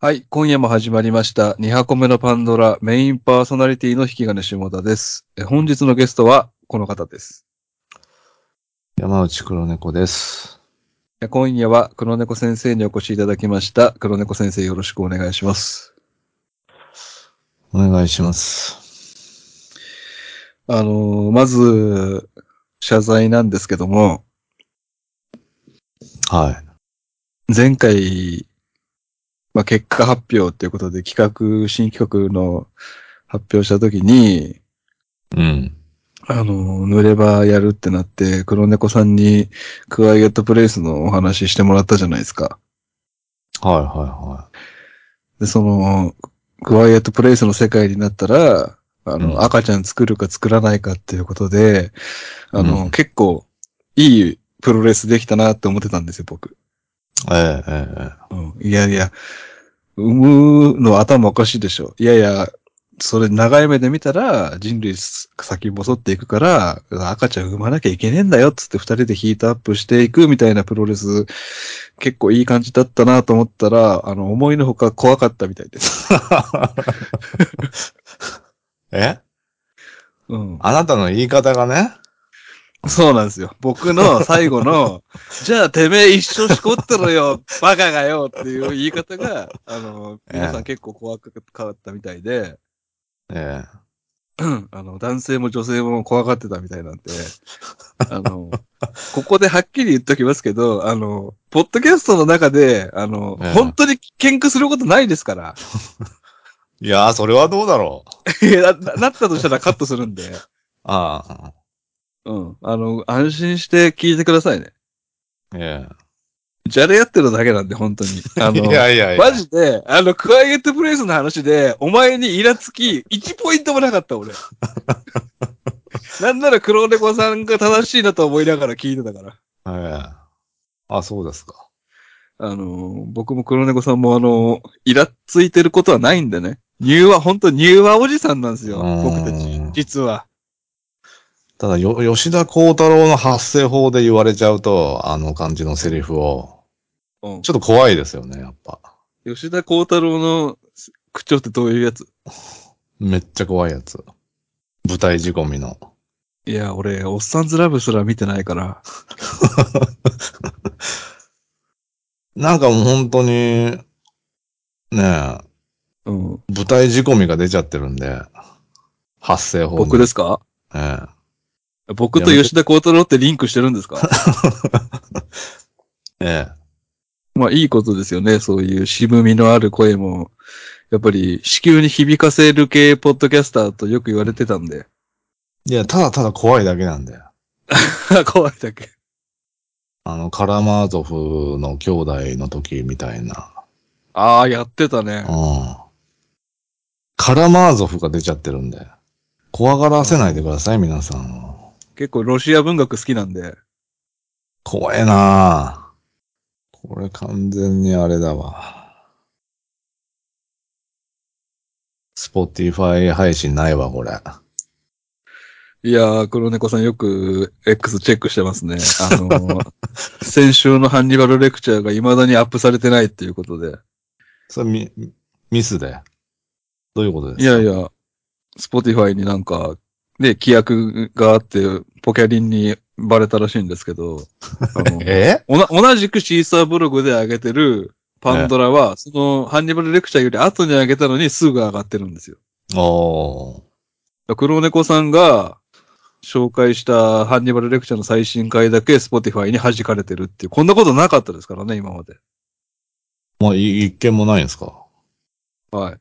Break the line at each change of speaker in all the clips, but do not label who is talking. はい。今夜も始まりました。2箱目のパンドラメインパーソナリティの引き金下田です。え本日のゲストはこの方です。
山内黒猫です。
いや今夜は黒猫先生にお越しいただきました。黒猫先生よろしくお願いします。
お願いします。
あのーまず、謝罪なんですけども、
は
前回、まあ、結果発表ということで企画、新企画の発表したときに、
い。うん。
あの、濡れ場やるってなって、黒猫さんにクワイエットプレイスのお話ししてもらったじゃないですか。
はいはいは
で、その、クワイエットプレイスの世界になったら、あの、
うん
赤ちゃん作るか作らないかっていうことで、あの、
うん
結構いいプロレスできたなって思ってたんですよ、僕。
い。えええええ
うん、いやいや、産むの頭おかしいでしょ。いやいや、それ長い目で見たら人類先細っていくから赤ちゃん産まなきゃいけねえんだよっつって二人でヒートアップしていくみたいなプロレス結構いい感じだったなと思ったらあの思いのほか怖かったみたいです。
え。 え
うん、
あなたの言い方がね。
そうなんですよ。僕の最後 のじゃあてめえ一生しこってろ よバカがよっていう言い方があの皆さん結構怖かったみたいで
え
うんあの、男性も女性も怖がってたみたいなんで、あの、ここではっきり言っときますけど、あの、ポッドキャストの中で、あの、
ええ
本当に喧嘩することないです から。
えいやー、それはどうだろう。
いやな、なったとしたらカットするんで、
ああ。
うん。あの、安心して聞いてくださいね。
え
じゃれ合ってるだけなんで、本当に。あ
え い
の、
やいやいや。
マジで、あの、クワイエットプレイスの話で、お前にイラつき、1ポイントもなかった、 俺。なんなら黒猫さんが正しいなと思いながら聞いてたから。
ええあ、そうですか。
あの、僕も黒猫さんもあの、イラついてることはないんでね。柔和、本当柔和おじさんなんですよ
う。ーん
僕たち、実は。
ただ、よ、吉田幸太郎の発声法で言われちゃうと、あの感じのセリフを、
うん
ちょっと怖いですよね、やっぱ。
吉田幸太郎の口調ってどういうやつ
めっちゃ怖いやつ。舞台仕込みの。
いや、俺、おっさんずラブすら見てないから。
なんかもう本当に、ねえ、
うん。
舞台仕込みが出ちゃってるんで、発声法に
僕ですか
え
僕と吉田幸太郎ってリンクしてるんです か
え。え
まあ、いいことですよね。そういう渋みのある声も。やっぱり、子宮に響かせる系ポッドキャスターとよく言われてたんで。
え。いや、ただただ怖いだけなんだよ。
怖いだけ。
あの、カラマーゾフの兄弟の時みたいな。
ああ、やってた
う
ね
ん。。カラマーゾフが出ちゃってるんで。怖がらせないでください、皆さん。
結構ロシア文学好きなんで。
怖えなあこれ完全にあれだわ。スポティファイ配信ないわ、これ。
いやー、黒猫さんよく X チェックしてますね。あのー、先週のハンニバルレクチャーが未だにアップされてないっていうことで。
それミ、ミスで。どういうことですか
いやいや、スポティファイになんか、ね、規約があって、ポキャリンにバレたらしいんですけど、あの
え
おな同じくシーサーブログで上げてるパンドラは、そのハンニバルレクチャーより後に上げたのにすぐ上がってるんですよ。
おー。
黒猫さんが紹介したハンニバルレクチャーの最新回だけ Spotify に弾かれてるっていう、こんなことなかったですからね、今まで。
まあ、い一件もないんですか
はい。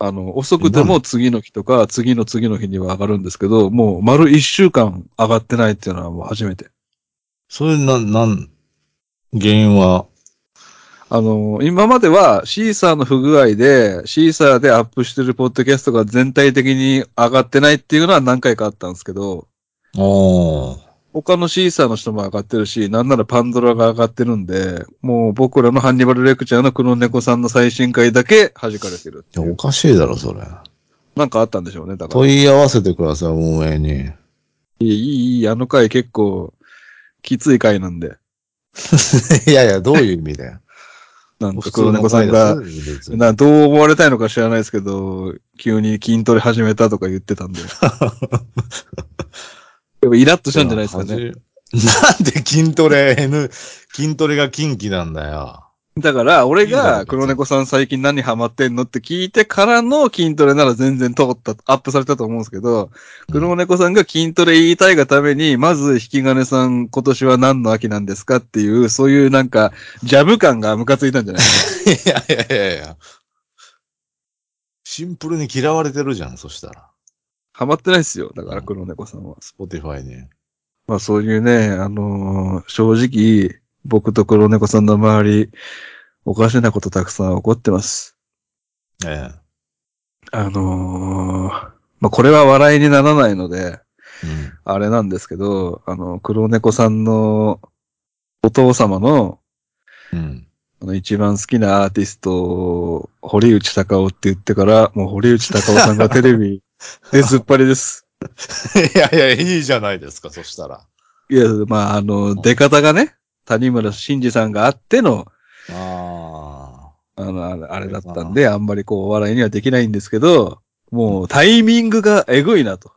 あの、遅くても次の日とか、次の次の日には上がるんですけど、もう丸一週間上がってないっていうのはもう初めて。
それな、なん、原因は、
あの、今まではシーサーの不具合で、シーサーでアップしてるポッドキャストが全体的に上がってないっていうのは何回かあったんですけど、
おー。
他のシーサーの人も上がってるし、なんならパンドラが上がってるんで、もう僕らのハンニバルレクチャーの黒猫さんの最新回だけ弾かれてるって
い
い
や、お
う。
かしいだろ、それ。
なんかあったんでしょうね、だから。い
問い合わせてください、運営に。
い、いい、いい、あの回結 構、きつい回なんで。
いやいや、どういう意味で
なんか黒猫さんが、
が、
などう思われたいのか知らないですけど、急に筋トレ始めたとか言ってたんで。でもイラッとしたんじゃないですかね。
なんで筋トレ N、筋トレが近畿なんだよ。
だから、俺
いいだろ
が
う
黒猫さん最近何ハマってんのって聞いてからの筋トレなら全然通った、アップされたと思うんですけど、黒猫さんが筋トレ言いたいがために、まず引き金さん今年は何の秋なんですかっていう、そういうなんか、ジャブ感がムカついたんじゃない
いやいやいやいや。シンプルに嫌われてるじゃん、そしたら。
ハマってないですよ。だから黒猫さんは。
スポティファイに。
まあそういうね、あのー正直、僕と黒猫さんの周り、おかしなことたくさん起こってます。
え
あのーまあこれは笑いにならないので、
え。
あれなんですけど、あの、黒猫さんのお父様の
うん。うん。
あの一番好きなアーティスト、堀内隆夫って言ってから、もう堀内隆夫さんがテレ ビですっぱりです。
いやいや、いいじゃないですか、そしたら。
いや、まあ、あの、出方がね、谷村新司さんがあっての、
あ
あの、あれあれだったんで、あんまりこう、お笑いにはできないんですけど、もうタイミングがえぐいなと。
あ。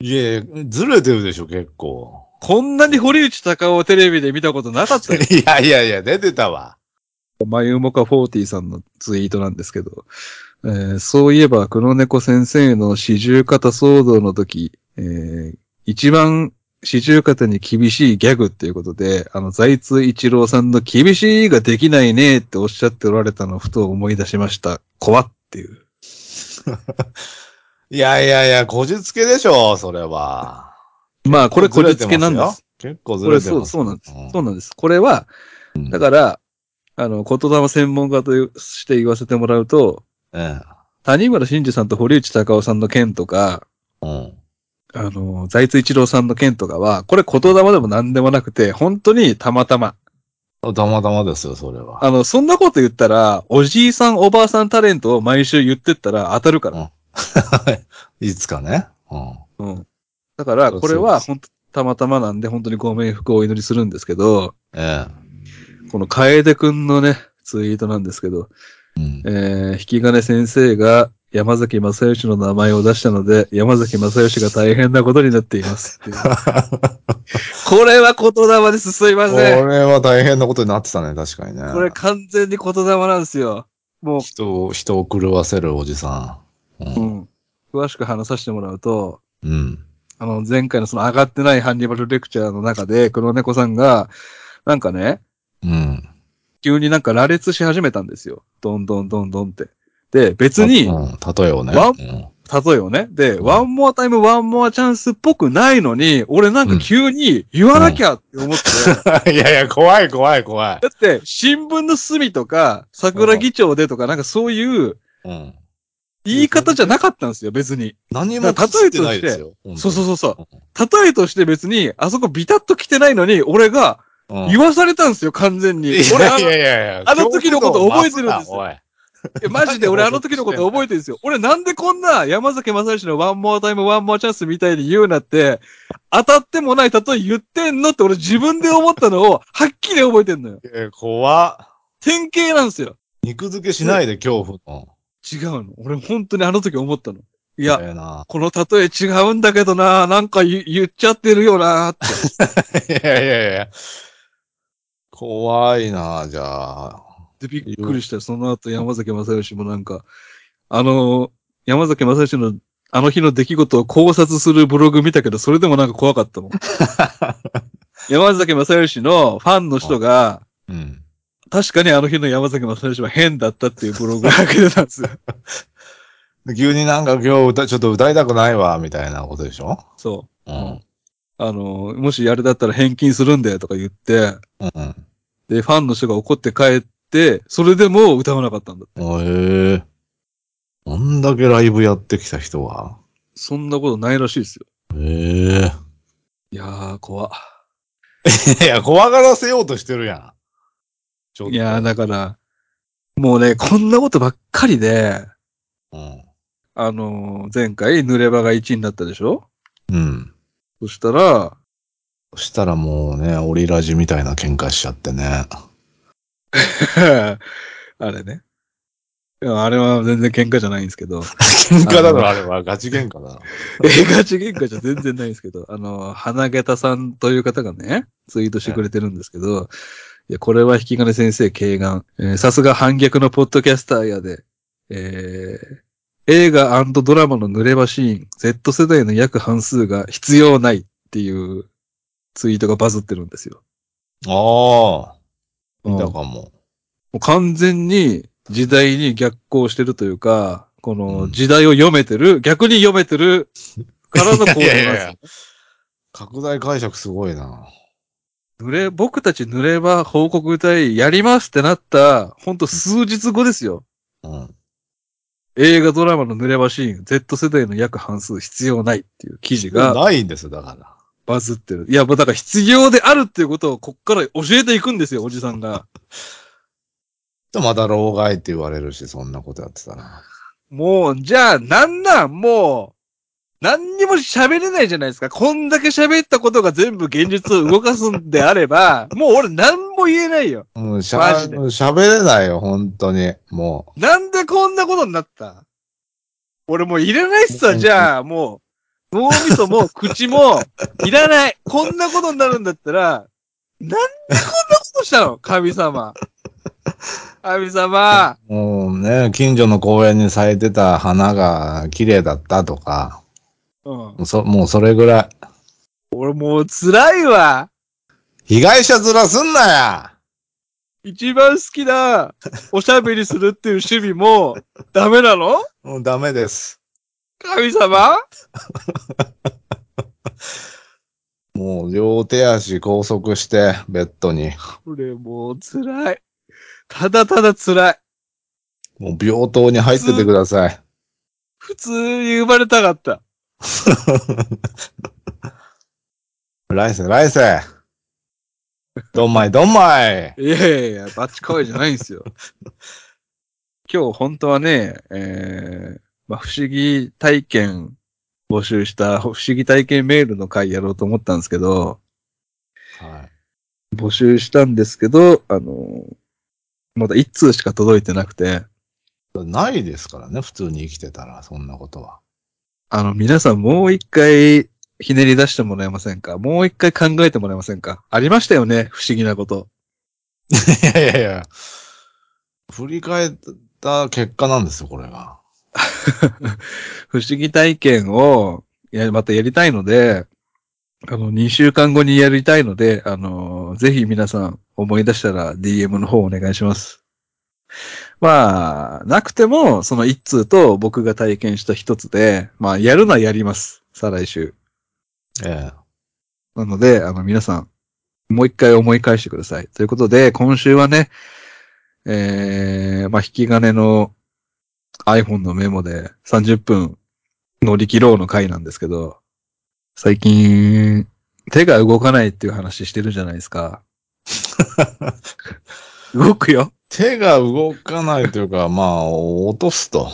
いやいや、ずれてるでしょ、結 構。
こんなに堀内隆夫をテレビで見たことなかったよ。
いやいやいや、出てたわ。
まゆもか40さんのツイートなんですけど、えーそういえば黒猫先生の四十肩騒動の時、えー一番四十肩に厳しいギャグっていうことで、あの、財津一郎さんの厳しいができないねっておっしゃっておられたのをふと思い出しました。怖っていう。
いやいやいや、こじつけでしょ、それは。
まあ、これこじつけなんです。。
結構ず
こ
れ
れ
てま
そう、
す。
そうなんです。
うん
そうなんです。これは、
うん
だから、あの、言霊専門家というして言わせてもらうと、
え
谷村新司さんと堀内隆夫さんの件とか、
え。うん。
あの、財津一郎さんの件とかは、これ言霊でも何でもなくて、本当にたまたま。
たまたまですよ、それは。
あの、そんなこと言ったら、おじいさんおばあさんタレントを毎週言ってったら当たるから。
いつかね。うん。
うん。だから、これ
そう
は
です
本当たまたまなんで、本当にご冥福をお祈りするんですけど、
え
この楓くんのね、ツイートなんですけど、
え。うん
え。ー、引き金先生が山崎正義の名前を出したので、山崎正義が大変なことになっています っていう。これは言霊です。すいま
こ
せん。
れは大変なことになってたね、確かにね。
これ完全に言霊なんですよ。もう、
人を、人を狂わせるおじさん。う。
うんん。詳しく話させてもらうと、
うん。
あの、前回のその上がってないハンニバルレクチャーの中で、黒猫さんが、なんかね、
うん。
急になんか羅列し始めたんですよ。どんどんどんどんって。で、別に、
うん例えをね。
ワ ン
うん
例えをね、で、
うん
ワンモアタイム、ワンモアチャンスっぽくないのに、俺なんか急に言わなきゃって思って、
いやいや、怖い怖い怖い。
だって、新聞の隅とか、桜議長でとか、なんかそういう
うん。
言い方じゃなかったんですよ、別に。
何も立ってないですよ。
そうそう
う
そうそう。例えとして別に、あそこビタッと来てないのに、俺が
そう
言わされたんですよ、完全に。俺、あの、い
いやいやい
あの時のこと覚えてるんですよ
恐怖度を増すな
やマジで俺あの時のこと覚えてるんですよ。俺なんでこんな山崎正義のワンモアタイムワンモアチャンスみたいに言うなって、当たってもない例え言ってんのって俺自分で思ったのを、はっきり覚えてんのよ。
おいえー怖っ
典型なんですよ。
肉付けしないで、恐怖の。
違うの。俺本当にあの時思ったの。い
い
や、
や。
この例え違うんだけどな、なんか言言っちゃってるよな、って。
いやいやいや。怖いな、じゃあ。
で、びっくりしたよ。その後、山崎正義もなんか、あの、山崎正義のあの日の出来事を考察するブログ見たけど、それでもなんか怖かったもん。山崎正義のファンの人が、
うん。
確かにあの日の山崎正義は変だったっていうブログを開けてたんですよ。
急になんか今日歌、ちょっと歌いたくないわ、みたいなことでしょ
そうう。
ん。
あの、もしあれだったら返金するんだよとか言って、
うん。
で、ファンの人が怒って帰って、それでも歌わなかったんだ。
おへえ。あんだけライブやってきた人が。
そんなことないらしいですよ。
へえ。
いやー、怖。
いや、怖がらせようとしてるやん。ちょっと
いやー、だから、もうね、こんなことばっかりで、
うん。
あのー前回、濡れ場が1位になったでしょ
うん。
そしたら、
そし たらもうね、オリラジみたいな喧嘩しちゃってね。
あれね。いや、あれは全然喧嘩じゃないんですけど、
喧嘩だろ、あれは。ガチ喧嘩だろ。
映画ち喧嘩じゃ全然ないんですけど、あの、花げたさんという方がね、ツイートしてくれてるんですけど、いや、これは引き金先生敬願。えーさすが反逆のポッドキャスターやで、えー映画ドラマの濡れ場シーン、Z 世代の約半数が必要ないっていうツイートがバズってるんですよ。
ああ、
うん
見たかも。
もう完全に時代に逆行してるというか、こ
う
の
ん
時代を読めてる、逆に読めてるからの行動なん
い
で
やい
すよ
やいや。拡大解釈すごいな。
濡れ、僕たち濡れば報告隊やりますってなった、ほんと数日後ですよ。
うん。
映画ドラマの濡れ場シーン、Z 世代の約半数必要ないっていう記事が
ないんですよ、だから。
バズってる。いや、もうだから必要であるっていうことをこっから教えていくんですよ、おじさんが。
でまた老害って言われるし、そんなことやってたら。
もう、じゃあ、なんなん、もう、何にも喋れないじゃないですか。こんだけ喋ったことが全部現実を動かすんであれば、もう俺何も言えないよ。
もうしゃ
マジで
喋れないよ、本当に。も
なんでこんなことになった俺もういらないっすわ、じゃあ、もう。脳みそも口もいらない。こんなことになるんだったら、なんでこんなことしたの神様。神様。
う、もうね、近所の公園に咲いてた花が綺麗だったとか、
うん。
そもうそれぐらい。
俺もう辛いわ。
被害者面すんなや
一番好きなおしゃべりするっていう趣味もダメなの
もうダメです。
神様
もう両手足拘束して、ベッドに。
これもう辛い。ただただ辛い。
もう病棟に入っててください。
普通に生まれたかった。
来世、来世。どんまい、どんまい。
いやいやいや、バチ可愛いじゃないんですよ。今日本当はね、えー、まあ、不思議体験募集した不思議体験メールの回やろうと思ったんですけど、
はい。
募集したんですけど、あのまだ一通しか届いてなくて、
ないですからね、普通に生きてたら、そんなことは。
あの、皆さんもう一回ひねり出してもらえませんかもう一回考えてもらえませんかありましたよね不思議なこと。
いやいやいや。振り返った結果なんですよ、これが。
不思議体験を、いや、またやりたいので、あの、2週間後にやりたいので、あの、ぜひ皆さん思い出したら DM の方お願いします。まあ、なくても、その一通と僕が体験した一つで、まあ、やるのはやります。再来週。
ええ。
なので、あの、皆さん、もう一回思い返してください。ということで、今週はね、えー、まあ、引き金の iPhone のメモで30分乗り切ろうの回なんですけど、最近、手が動かないっていう話してるじゃないです か。動くよ。
手が動かないというか、まあ、落とすと。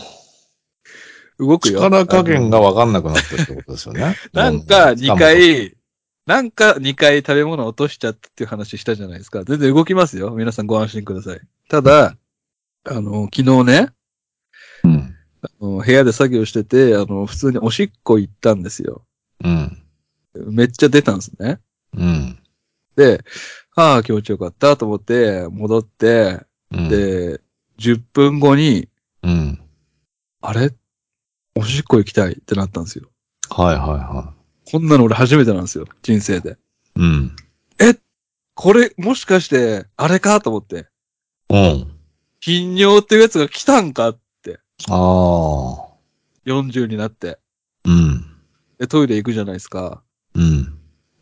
動くよ。
力加減が
あの。
わかんなくなったってことですよね
なんか
どん
2
どん掴むと。
回、なんか2回食べ物落としちゃったっていう話したじゃないですか。全然動きますよ。皆さんご安心ください。ただ、あの、昨日ね、
うん。
あの部屋で作業してて、あの、普通におしっこ行ったんですよ。
うん。
めっちゃ出たんですね。
うん。
で、ああ、気持ちよかったと思って、戻って、
うん。
で、10分後に、
うん。
あれおしっこ行きたいってなったんですよ。
はいはいは
こんなの俺初めてなんですよ。人生で。
い。うん。
これ、もしかして、あれかと思って。
うん。
頻尿っていうやつが来たんかって、
ああ。
40になって。
うん。
で、トイレ行くじゃないですか。
うん。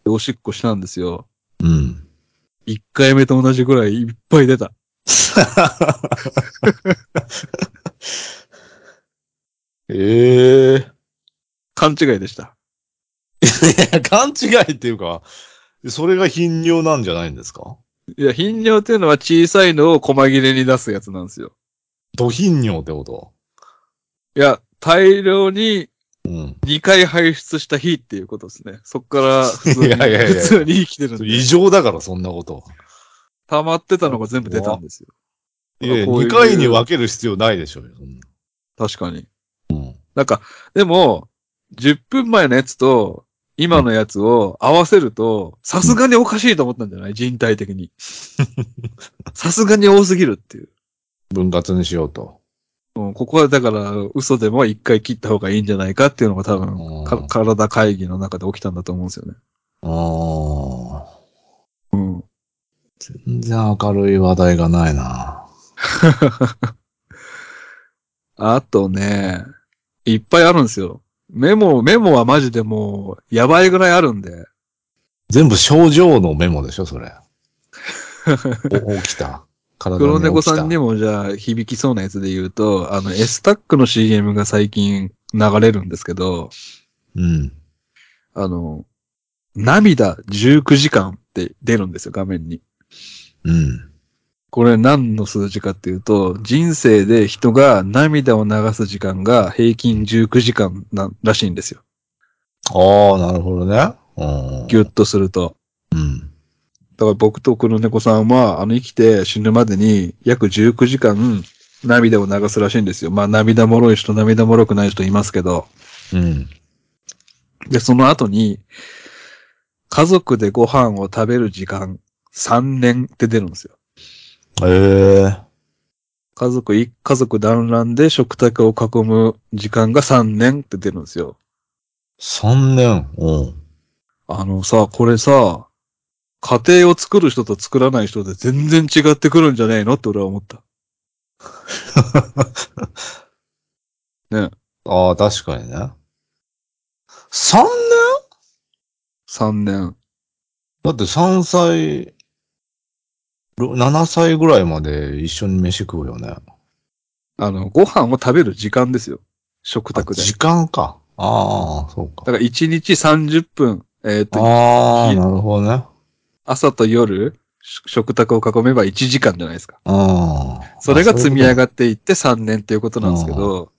で、おしっこしたんですよ。
うん。
1回目と同じぐらいいっぱい出た。
ええ
勘違いでした。
いや勘違いっていうか、それが頻尿なんじゃないんですか
いや、頻尿っていうのは小さいのを細切れに出すやつなんですよ。
ド頻尿ってこと
いや、大量に
うん。
2回排出した日っていうことですね。そっから普通に、
いやいやいや
普通に生きてるんで
異常だから、そんなこと。
溜まってたのが全部出たんですよ。
いや、
こういう
2回に分ける必要ないでしょうよ。そんな
確かに。
うん。
なんか、でも、10分前のやつと、今のやつを合わせると、さすがにおかしいと思ったんじゃない人体的に。 さすがに多すぎるっていう。
分割にしようと。
うん、ここはだから、嘘でも一回切った方がいいんじゃないかっていうのが多分、か
うん
体会議の中で起きたんだと思うんですよね。
あ
う
あ。
ん。
全然明るい話題がないな。
あとね、いっぱいあるんですよ。メモ、メモはマジでもう、やばいぐらいあるんで。
全部症状のメモでしょ、そ れ。お起きた。体に起きた。
黒猫さんにもじゃあ響きそうなやつで言うと、あの、エスタックの CM が最近流れるんですけど、
うん。
あの、涙19時間って出るんですよ、画面に。
うん。
これ何の数字かっていうと、人生で人が涙を流す時間が平均19時間ならしいんですよ。
ああ、なるほどね。うん。
ぎゅっとすると。
うん。
だから僕と黒猫さんは、あの生きて死ぬまでに約19時間涙を流すらしいんですよ。まあ涙もろい人、涙もろくない人いますけど。
うん。
で、その後に、家族でご飯を食べる時間3年って出るんですよ。
ええ
家族い、家族団らんで食卓を囲む時間が3年って出るんですよ。
三年。 うん。
あのさ、これさ、家庭を作る人と作らない人で全然違ってくるんじゃねえのって俺は思った。
ああ、確かにね。三年
3年。
だって三歳、ろ七歳ぐらいまで一緒に飯食うよね。
あの、ご飯を食べる時間ですよ。食
あ
卓で。
時間か。ああ、そうか。
だから1日30分、えっ、と、
ああ、なるほどね。
朝と夜、食食卓を囲めば1時間じゃないですか。
ああ。
それが積み上
が
がっていって3年っていうことなんですけど、だか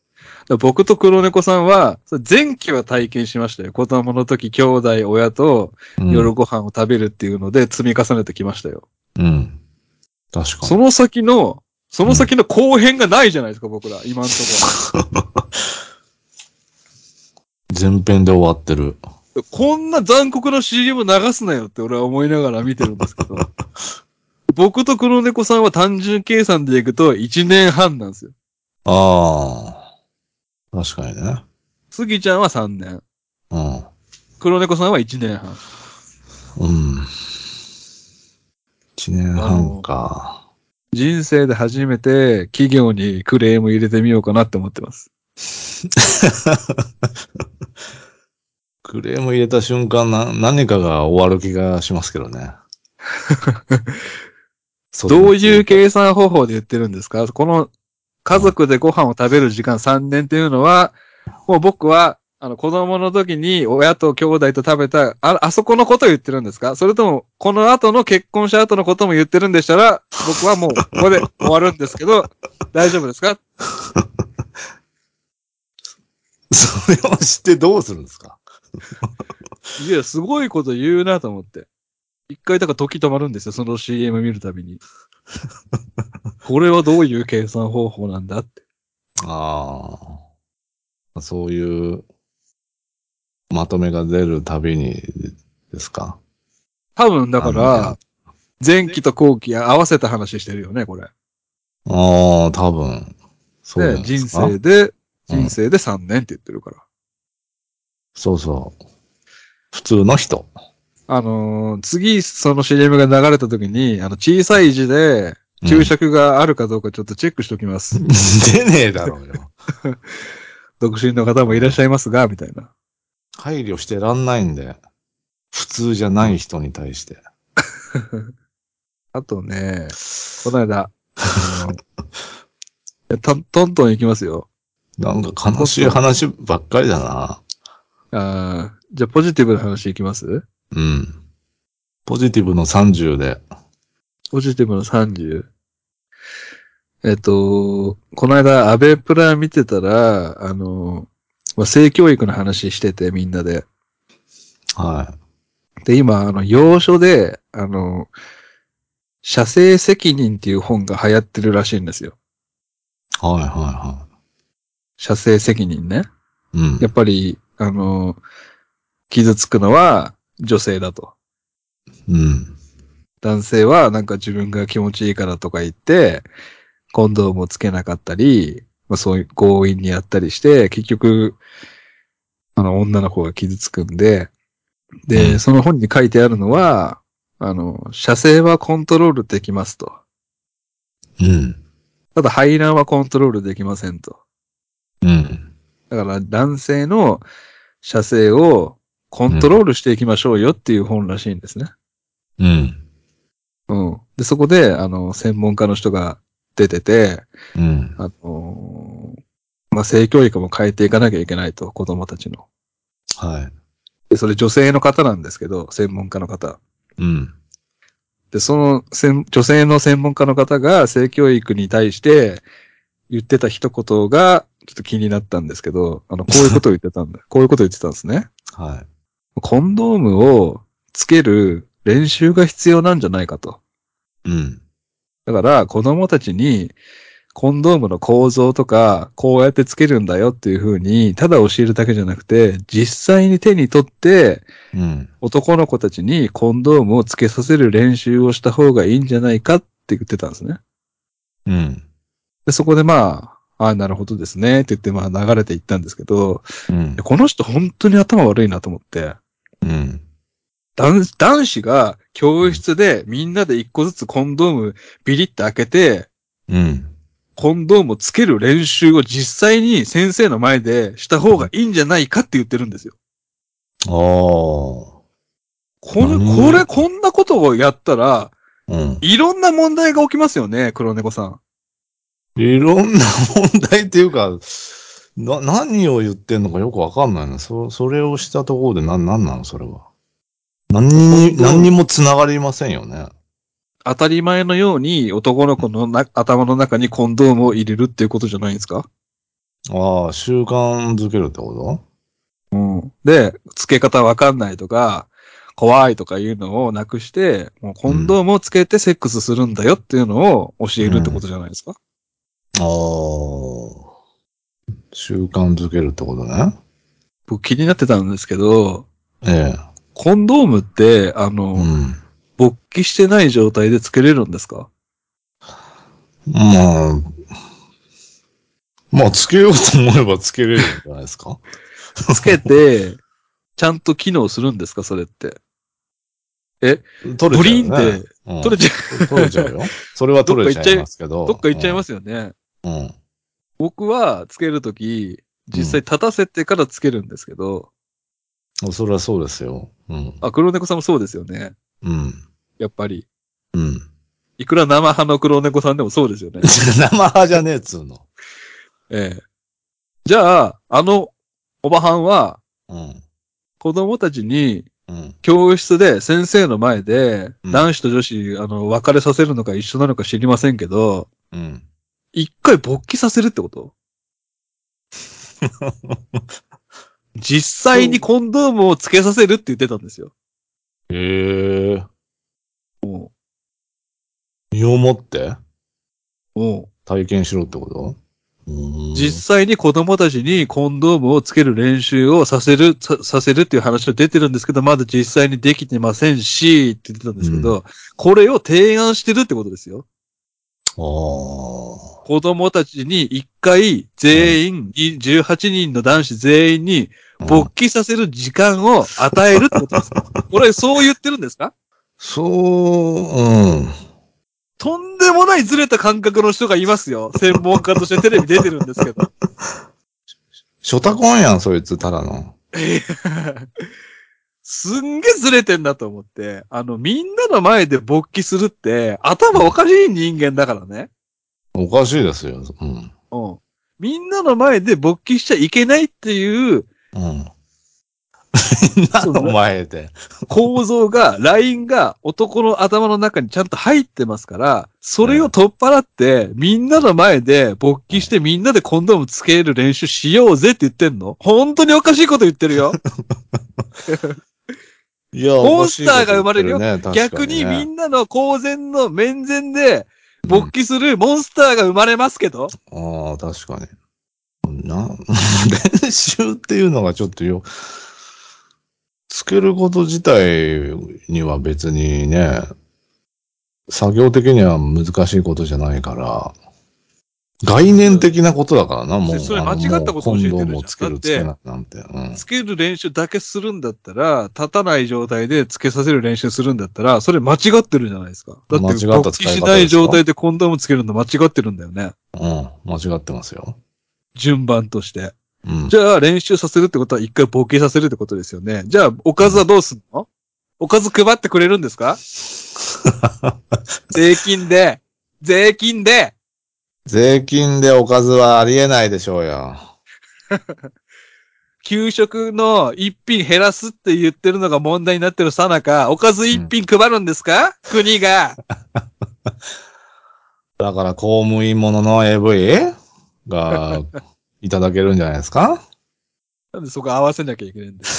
ら僕と黒猫さんは、それ前期は体験しましたよ。子供の時、兄弟、親と夜ご飯を食べるっていうので積み重ねてきましたよ。
うん。うん。確か
その先の、その先の後編がないじゃないですか、僕ら、今んと
に。前編で終わってる。
こ。こんな残酷な CM 流すなよって俺は思いながら見てるんですけど、 僕と黒猫さんは単純計算でいくと1年半なんですよ。
ああ。確かにね。
スギちゃんは3年。
うん。
黒猫さんは1年半。
うん。一年半か。
人生で初めて企業にクレーム入れてみようかなって思ってます。
クレーム入れた瞬間な、何かが終わる気がしますけど ね。
どういう計算方法で言ってるんですかこの家族でご飯を食べる時間3年っていうのは、もう僕は、あの、子供の時に親と兄弟と食べた、あ、あそこのことを言ってるんですかそれとも、この後の結婚した後のことも言ってるんでしたら、僕はもう、ここで終わるんですけど、大丈夫ですか
それを知ってどうするんですか
いや、すごいこと言うなと思って。一回、だから時止まるんですよ。その CM 見るたび に。これはどういう計算方法なんだって。
ああ。そういう、まとめが出るたびに、ですか
多分、だか
あ
ら、前期と後期合わせた話してるよね、これ。
ああ、多分。そうじゃな
で、人生
いですか
で、
うん
人生で3年って言ってるから。
そうそう。普通の人。
あのー次、その CM が流れた時に、あの、小さい字で、注釈があるかどうかちょっとチェックしておきます。
うん。 出ねえだろうよ。
独身の方もいらっしゃいますが、みたいな。
配慮してらんないんで。普通じゃない人に対して。
あとね、この間、あのいやトントントン行きますよ。
なんか悲しい話ばっかりだな。
あーじゃあ、ポジティブな話行きます
うん。ポジティブの30で。
ポジティブの30。えっと、この間、アベプラ見てたら、あの、まあ、性教育の話してて、みんなで。
は
で、今、あの、要所で、あの、射精責任っていう本が流行ってるらしいんですよ。
はいはいは
射精責任ね。
い。うん。
やっぱり、あの、傷つくのは女性だと。
うん。
男性はなんか自分が気持ちいいからとか言って、コンドームをつけなかったり、まあそういう強引にやったりして、結局、あの女の方が傷つくんで、で、
うん
その本に書いてあるのは、あの、射精はコントロールできますと。
うん。
ただ排卵はコントロールできませんと。
うん。
だから男性の射精をコントロールしていきましょうよっていう本らしいんですね。
うん。
うん。で、そこで、あの、専門家の人が出てて、
うん。
あのーまあ、性教育も変えていかなきゃいけないと、子供たちの。
はい。
で、それ女性の方なんですけど、専門家の方。
うん。
で、その専女性の専門家の方が性教育に対して言ってた一言が、ちょっと気になったんですけど、あの、こういうことを言ってたんだ。こういうことを言ってたんですね。
はい。
コンドームをつける練習が必要なんじゃないかと。
うん。
だから、子供たちに、コンドームの構造とか、こうやってつけるんだよっていう風に、ただ教えるだけじゃなくて、実際に手に取って、
うん。
男の子たちにコンドームをつけさせる練習をした方がいいんじゃないかって言ってたんですね。
うん。
でそこでまあ、ああ、なるほどですね、って言ってまあ流れていったんですけど、
うん。
この人本当に頭悪いなと思って、
うん。
男男子が教室でみんなで一個ずつコンドームビリって開けて、
うん。
コンドームをつける練習を実際に先生の前でした方がいいんじゃないかって言ってるんですよ。
ああ。
この、
うん
これ、こんなことをやったら、
うん。
いろんな問題が起きますよね、黒猫さん。
いろんな問題っていうか、な、何を言ってんのかよくわかんないな。そ、それをしたところでな、なんなのそれは。何に、何にも繋がりませんよね。
当たり前のように男の子のな頭の中にコンドームを入れるっていうことじゃないんですか
ああ、習慣づけるってこ
うん。で、付け方わかんないとか、怖いとかいうのをなくして、もうコンドームをつけてセックスするんだよっていうのを教えるってことじゃないですか、
とああ。習慣づけるってことね。
僕気になってたんですけど、
ええ。
コンドームって、あの、
うん。
勃起してない状態でつけれるんです か
まあ、まあ、つけようと思えばつけれるんじゃないですか。
つけて、ちゃんと機能するんですかそれって。
取
ブ
れちゃう
リ
よ
ー
ね。
ンって、
うん
取れちゃ
取れちゃうよ。それは取れちゃいますけど。。
う、どっか行っちゃいますすよね。
うん。
僕はつけるとき、実際立たせてからつけるんですけど、
それはそうですよ。うん。
あ、黒猫さんもそうですよね。
うん。
やっぱり。
うん。。
いくら生派の黒猫さんでもそうですよね
生派じゃねえっつうの。
ええ。じゃあ、あの、おばはんは、
うん。
子供たちに、
うん。
教室で先生の前で、
うん
男子と女子、あの、別れさせるのか一緒なのか知りませんけど、
うん。
一回勃起させるってこと 実際にコンドームをつけさせるって言ってたんですよ。
へえ。
も
身をもって
う、も
体験しろってことうー
う、
ん
実際に子供たちにコンドームをつける練習をさせる、ささせるっていう話が出てるんですけど、まだ実際にできてませんし、って言ってたんですけど、これを提案してるってことですよ。
ああ。
子供たちに一回全員に、18人の男子全員に勃起させる時間を与えるってことです よ。これそう言ってるんですか
そう、うん。
とんでもないずれた感覚の人がいます よ。専門家としてテレビ出てるんですけど。
ショタコンやん、そいつ、ただの。
すんげえずれてんだと思って。あの、みんなの前で勃起するって、頭おかしい人間だからね。
おかしいですよ。うん。
うん。みんなの前で勃起しちゃいけないっていう
うん。みん なの前で。
構造が、ラインが男の頭の中にちゃんと入ってますから、それを取っ払って、みんなの前で勃起してみんなでコンドームつける練習しようぜって言ってんの本当におかしいこと言ってるよ。
いや、
モンスターが生まれるよ
おかしいこと言って
逆
るね
にみ
確
んなの公然の面前で
かにね
勃起するモンスターが生まれますけど、
ああ、確かに。な、 練習っていうのがちょっとよ、つけること自体には別にね、作業的には難しいことじゃないから、概念的なことだからな、もう。
それ
あの
間違ったこと教えてるじゃん
もう今度もつけ
だっ
るつ
て
けないなんて。うん。
つける練習だけするんだったら、立たない状態でつけさせる練習するんだったら、それ間違ってるじゃないですか。だって、
間違った使
勃起
い方
しない状態でコンドームつけるの間違ってるんだよね。
うん。間違ってますよ。
順番として。
うん。
じゃあ練習させるってことは一回勃起させるってことですよね。じゃあ、おかずはどうすんのおかず配ってくれるんです か税金で、税金で、
税金でおかずはありえないでしょうよ。
給食の一品減らすって言ってるのが問題になってるさなか、おかず一品配るんですか、国が。
だから公務員ものの AV がいただけるんじゃないですか
なんでそこ合わせなきゃいけないんだよ。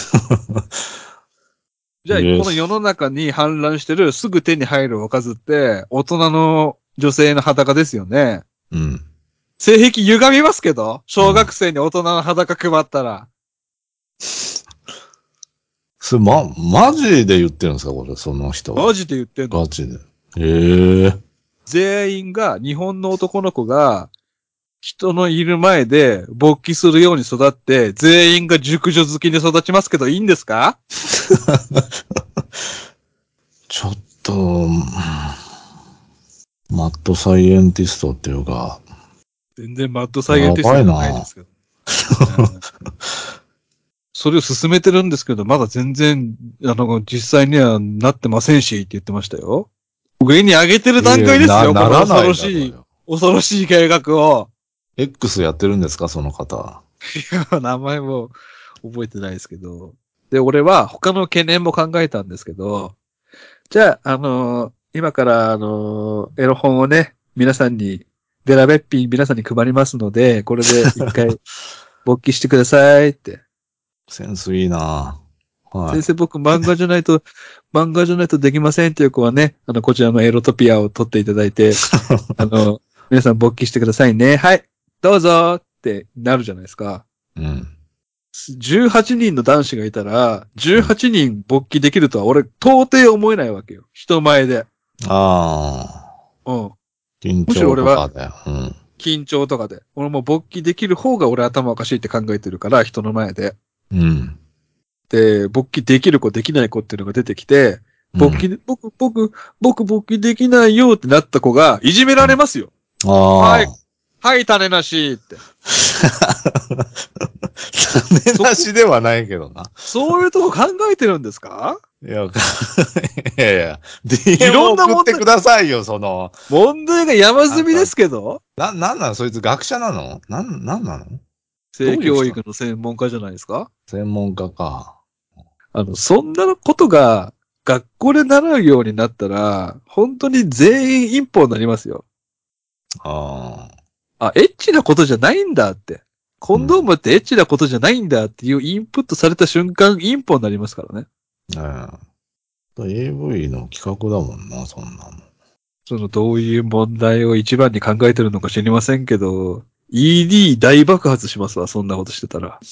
じゃあ、
Yes.
この世の中に氾濫してるすぐ手に入るおかずって、大人の女性の裸ですよね。
うん。
性癖歪みますけど、小学生に大人の裸配ったら。
それ、ま、マジで言ってるんですかこれ、その人は。
マジで言ってんの
ガチで。ええ
全員が、日本の男の子が、人のいる前で勃起するように育って、全員が熟女好きに育ちますけど、いいんですか
ちょっと、うんマッドサイエンティストっていうか、
全然マッドサイエンティストじゃないですけど。うんそれを進めてるんですけど、まだ全然、あの、実際にはなってませんし、って言ってましたよ。上に上げてる段階ですよ、こ
なな
の
らな
恐
いだろ
ろ
う
しい、
よ。
恐ろしい計画を。
X やってるんですかその方。
名前も覚えてないですけど。で、俺は他の懸念も考えたんですけど、じゃあ、あのー今から、あのーエロ本をね、皆さんに、デラベッピン皆さんに配りますので、これで一 回勃起してくださいって。
センスいいなはい
先。生、僕漫画じゃないと、漫画じゃないとできませんっていう子はね、あの、こちらのエロトピアを取っていただい て、あの、皆さん勃起してくださいね。はい、どうぞってなるじゃないですか。
うん。
18人の男子がいたら、18人勃起できるとは俺、到底思えないわけよ。人前で。
ああ、
うん。
緊
むしろ
張
俺
と
は
かだよ。うん。
緊張とかで。俺もう勃起できる方が俺頭おかしいって考えてるから、人の前で。
うん。
で、勃起できる子、できない子っていうのが出てきて、勃起、僕、僕、僕勃起できないよってなった子が、いじめられますよ。
ああ。
はいはい、種なしって。
種なしではないけどな。
そういうとこ考えてるんですか
いや、かいやいや、
い
DM
ろ
を
んな問
送っ
題
てくださいよ、その。
問題が山積みですけど
な、なんなのそいつ学者なのなん、なんなのどういう
性
人
教育の専門家じゃないですか
専門家か。
あの、そんなことが学校で習うようになったら、本当に全員一歩になりますよ。
ああ。
あ、エッチなことじゃないんだって。コンドームってエッチなことじゃないんだっていうインプットされた瞬間、インポになりますからね。
ねえ。AV の企画だもんな、そんなの。
その、どういう問題を一番に考えてるのか知りませんけど、ED 大爆発しますわ、そんなことしてたら。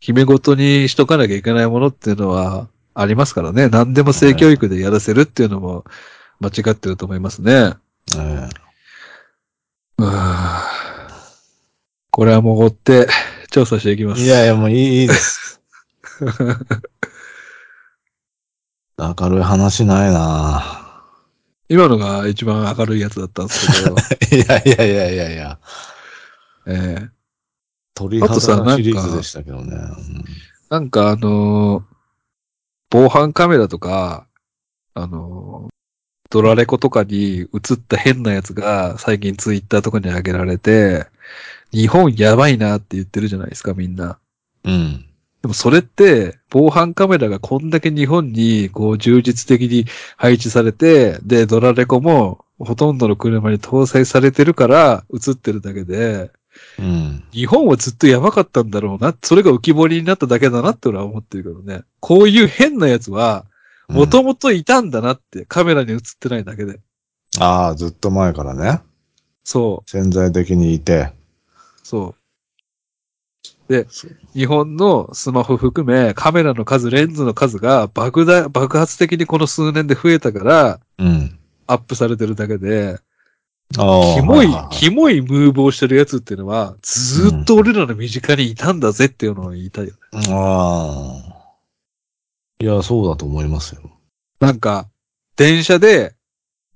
決め事にしとかなきゃいけないものっていうのはありますからね。何でも性教育でやらせるっていうのも間違ってると思いますね。
え
うーんこれはもう追って調査していきま
え。
す。
いやいや、もういい、いいです。 明るい話ないな
今のが一番明るいやつだったんですけ ど。
いやいやいやいやいや。
えー
鳥
あとさな
肌
んか
シリーズでしたけどね。うん
なんかあのー防犯カメラとか、あのードラレコとかに映った変なやつが最近ツイッターとかに上げられて、日本やばいなって言ってるじゃないですか、みんな。
うん。
でもそれって、防犯カメラがこんだけ日本にこう充実的に配置されて、で、ドラレコもほとんどの車に搭載されてるから映ってるだけで、
うん。
日本はずっとやばかったんだろうな。それが浮き彫りになっただけだなって俺は思ってるけどね。こういう変なやつは、もともといたんだなって、カメラに映ってないだけで。
うんああ、ずっと前からね。
そ
潜在的にいて。
う、そう。で、日本のスマホ含め、カメラの数、レンズの数が爆大爆発的にこの数年で増えたから、
うん。
アップされてるだけで、
ああ。
キモい
はは、
キモいムーブをしてるやつっていうのは、ずーっと俺らの身近にいたんだぜっていうのを言いたいよね。
ああ。いや、そうだと思いますよ。
なんか、電車で、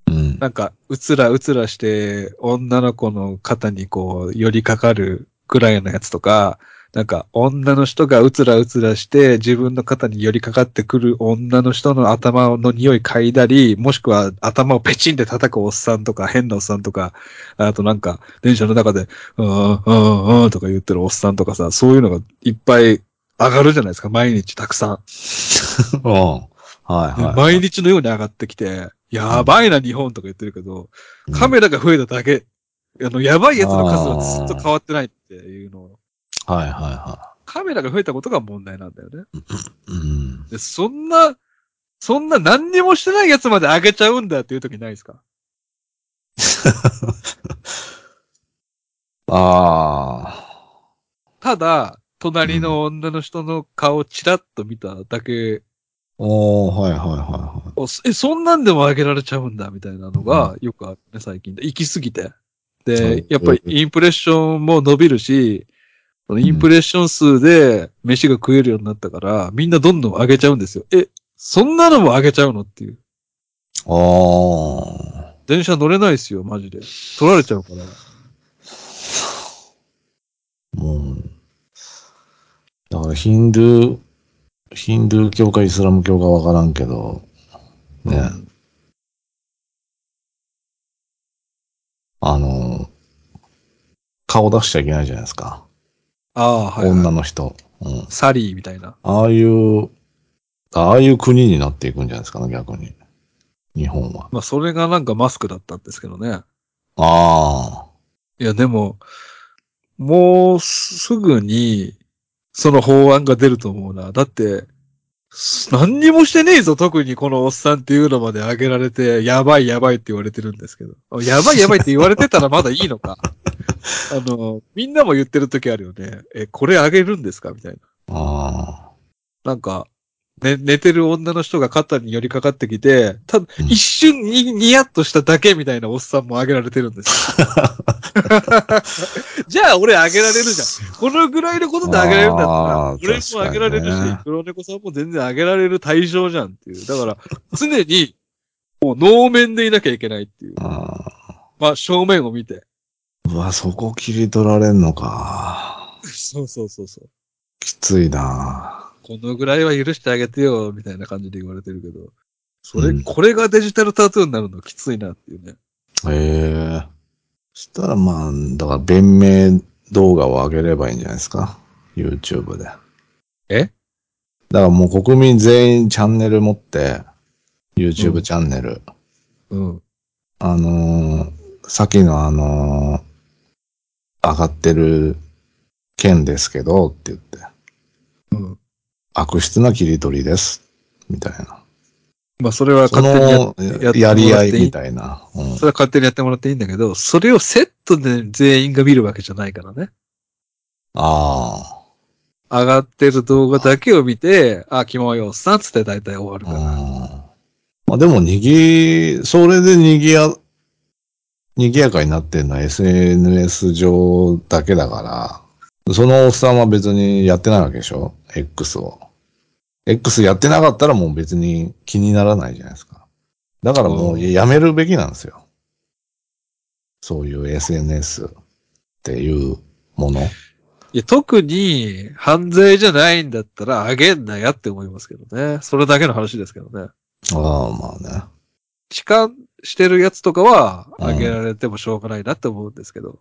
うん。
なんか、うつらうつらして、女の子の肩にこう、寄りかかるぐらいのやつとか、なんか、女の人がうつらうつらして、自分の肩に寄りかかってくる女の人の頭の匂い嗅いだり、もしくは頭をペチンで叩くおっさんとか、変なおっさんとか、あとなんか、電車の中で、うーん、うーん、うーんとか言ってるおっさんとかさ、そういうのがいっぱい上がるじゃないですか、毎日たくさん。
うん。はいはい。
毎日のように上がってきて、やばいな、日本とか言ってるけど、カメラが増えただけ、あの、やばいやつの数はずっと変わってないっていうのを、
うんはいはいは
カメラが増えたことが問題なんだよね。
い。うん。
で、そんな、そんな何にもしてないやつまで上げちゃうんだっていう時ないですか
あ
ただ、隣の女の人の顔をチラッと見ただけ、
あ。おー、はいはいはいはい。
おえ、そんなんでも上げられちゃうんだみたいなのがよくあるね、最近。で行き過ぎて。
そう
で、やっぱりインプレッションも伸びるし、そのインプレッション数で飯が食えるようになったから、みんなどんどん上げちゃうんですよ。え、そんなのも上げちゃうのっていう。
ああ。
電車乗れないですよ、マジで。取られちゃうから。
もう。だからヒンドゥー、ヒンドゥー教かイスラム教かわからんけど、
う
ね。
ん
あの、顔出しちゃいけないじゃないですか。
ああ、はい、
女
はい。
の人。うん。
サリーみたいな。
ああいう、ああいう国になっていくんじゃないですかね、逆に。日本は。
まあ、それがなんかマスクだったんですけどね。
あ
いや、でも、もうすぐに、その法案が出ると思うな。だって、す何にもしてねえぞ、特にこのおっさんっていうのまで上げられて、やばいやばいって言われてるんですけど。あやばいやばいって言われてたらまだいいのか。あの、みんなも言ってる時あるよね。え、これ上げるんですかみたいな。
あ。あ
なんか、ね、寝てる女の人が肩に寄りかかってきて、ただ、
うん
一瞬に、ニヤッとしただけみたいなおっさんも上げられてるんですよ。じゃあ、俺上げられるじゃん。このぐらいのことで上げられるんだったら
あ、ー
俺も上げられる
確かに
し
ね、
黒猫さんも全然上げられる対象じゃんっていう。だから、常に、もう能面でいなきゃいけないっていう。
あ。ああ。
まあ、正面を見て。
うわ、そこ切り取られんのか。
そうそうそうそう。
きついな。
このぐらいは許してあげてよ、みたいな感じで言われてるけど。それ、
うん
これがデジタルタトゥーになるのきついなっていうね。
へえ。そしたらまあ、だから弁明動画を上げればいいんじゃないですか。YouTube で。
え
だからもう国民全員チャンネル持って、YouTube チャンネル。
うん。
あのー、さっきのあのー、上がってる件ですけどって言って、
うん。
悪質な切り取りです。みたいな。
まあ、それは
そ
勝手にやっ
の
て
や
ってもら
や
っていい
り合いみたいな。うん
それは勝手にやってもらっていいんだけど、それをセットで全員が見るわけじゃないからね。
あ
上がってる動画だけを見て、あ、キモいおっさんっつって大体終わる
あ。
か
うん
ら。
まあでも、にぎ、それでにぎや、にぎやかになってるのは SNS 上だけだから、そのおっさんは別にやってないわけでしょ ?X を。X やってなかったらもう別に気にならないじゃないですか。だからも
う
うんやめるべきなんですよ。そういう SNS っていうもの。
いや、特に犯罪じゃないんだったらあげんなやって思いますけどね。それだけの話ですけどね。
ああ、まあね。
痴漢してるやつとかは、
うん
あげられてもしょうがないなって思うんですけど。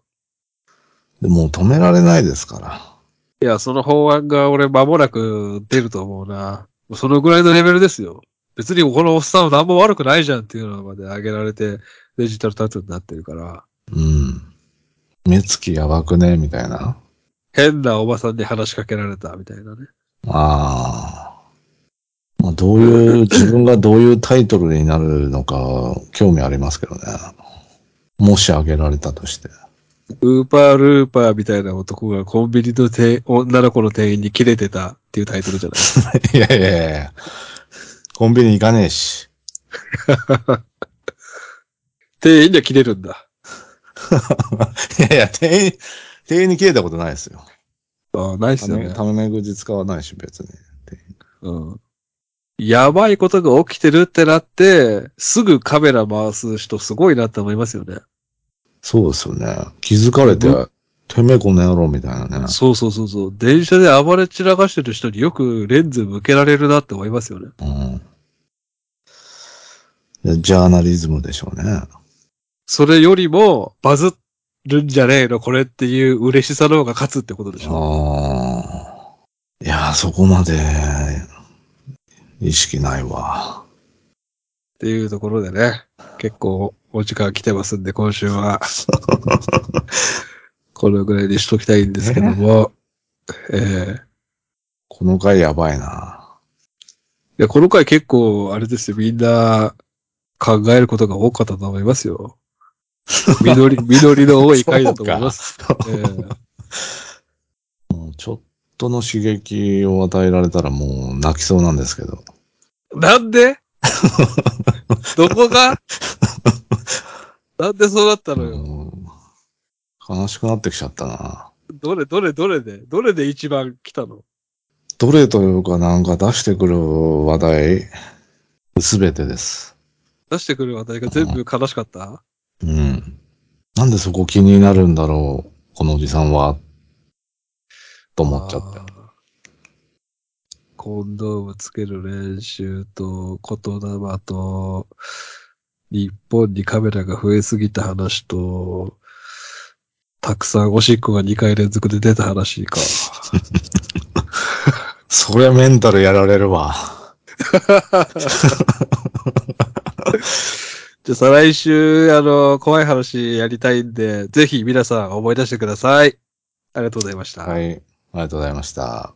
でもう止められないですから。
いや、その法案が俺間もなく出ると思うな。もうそのぐらいのレベルですよ。別にこのおっさんは何も悪くないじゃんっていうのまで上げられてデジタルタトゥーになってるから。
うん。目つきやばくねみたいな。
変なおばさんに話しかけられた、みたいなね。
ああ。まあ、どう いう、自分がどういうタイトルになるのか、興味ありますけどね。もしあげられたとして。
ウーパールーパーみたいな男がコンビニの店女の子の店員にキレてたっていうタイトルじゃないですか。
いやいやいやコンビニ行かねえし。
店員にはキレるんだ。
いやいや、店員、店員に切れたことないですよ。
ああ、ないっす
た
よ
め、
ね。
ため口使わないし、別に。
うん。やばいことが起きてるってなって、すぐカメラ回す人すごいなって思いますよね。
そうですよね。気づかれて
う、
てめえこの野郎みたいなね。
そうそうそうそう。電車で暴れ散らかしてる人によくレンズ向けられるなって思いますよね。
うん。でジャーナリズムでしょうね。
それよりも、バズるんじゃねえの、これっていう嬉しさの方が勝つってことでしょ。
ああ。いやー、そこまで、意識ないわ。
っていうところでね、結構お時間来てますんで、今週は。このぐらいにしときたいんですけども。ええい
この回やばいな。
や、この回結構、あれですよ、みんな考えることが多かったと思いますよ。緑、緑の多い回だと思います。ええ
もうちょっとの刺激を与えられたらもう泣きそうなんですけど。
なん でどこがなんでそうなったのよ。
うん悲しくなってきちゃったな。
どれどれどれでどれで一番来たの
どれというかなんか出してくる話題、すべてです。
出してくる話題が全部悲しかった
うん。なんでそこ気になるんだろう、このおじさんは、と思っちゃって。
あーコンドームつける練習と、言霊と、日本にカメラが増えすぎた話と、たくさんおしっこが2回連続で出た話か。
そりゃメンタルやられるわ。
じゃあ、再来週、あの、怖い話やりたいんで、ぜひ皆さん思い出してください。ありがとうございました。
はい。ありがとうございました。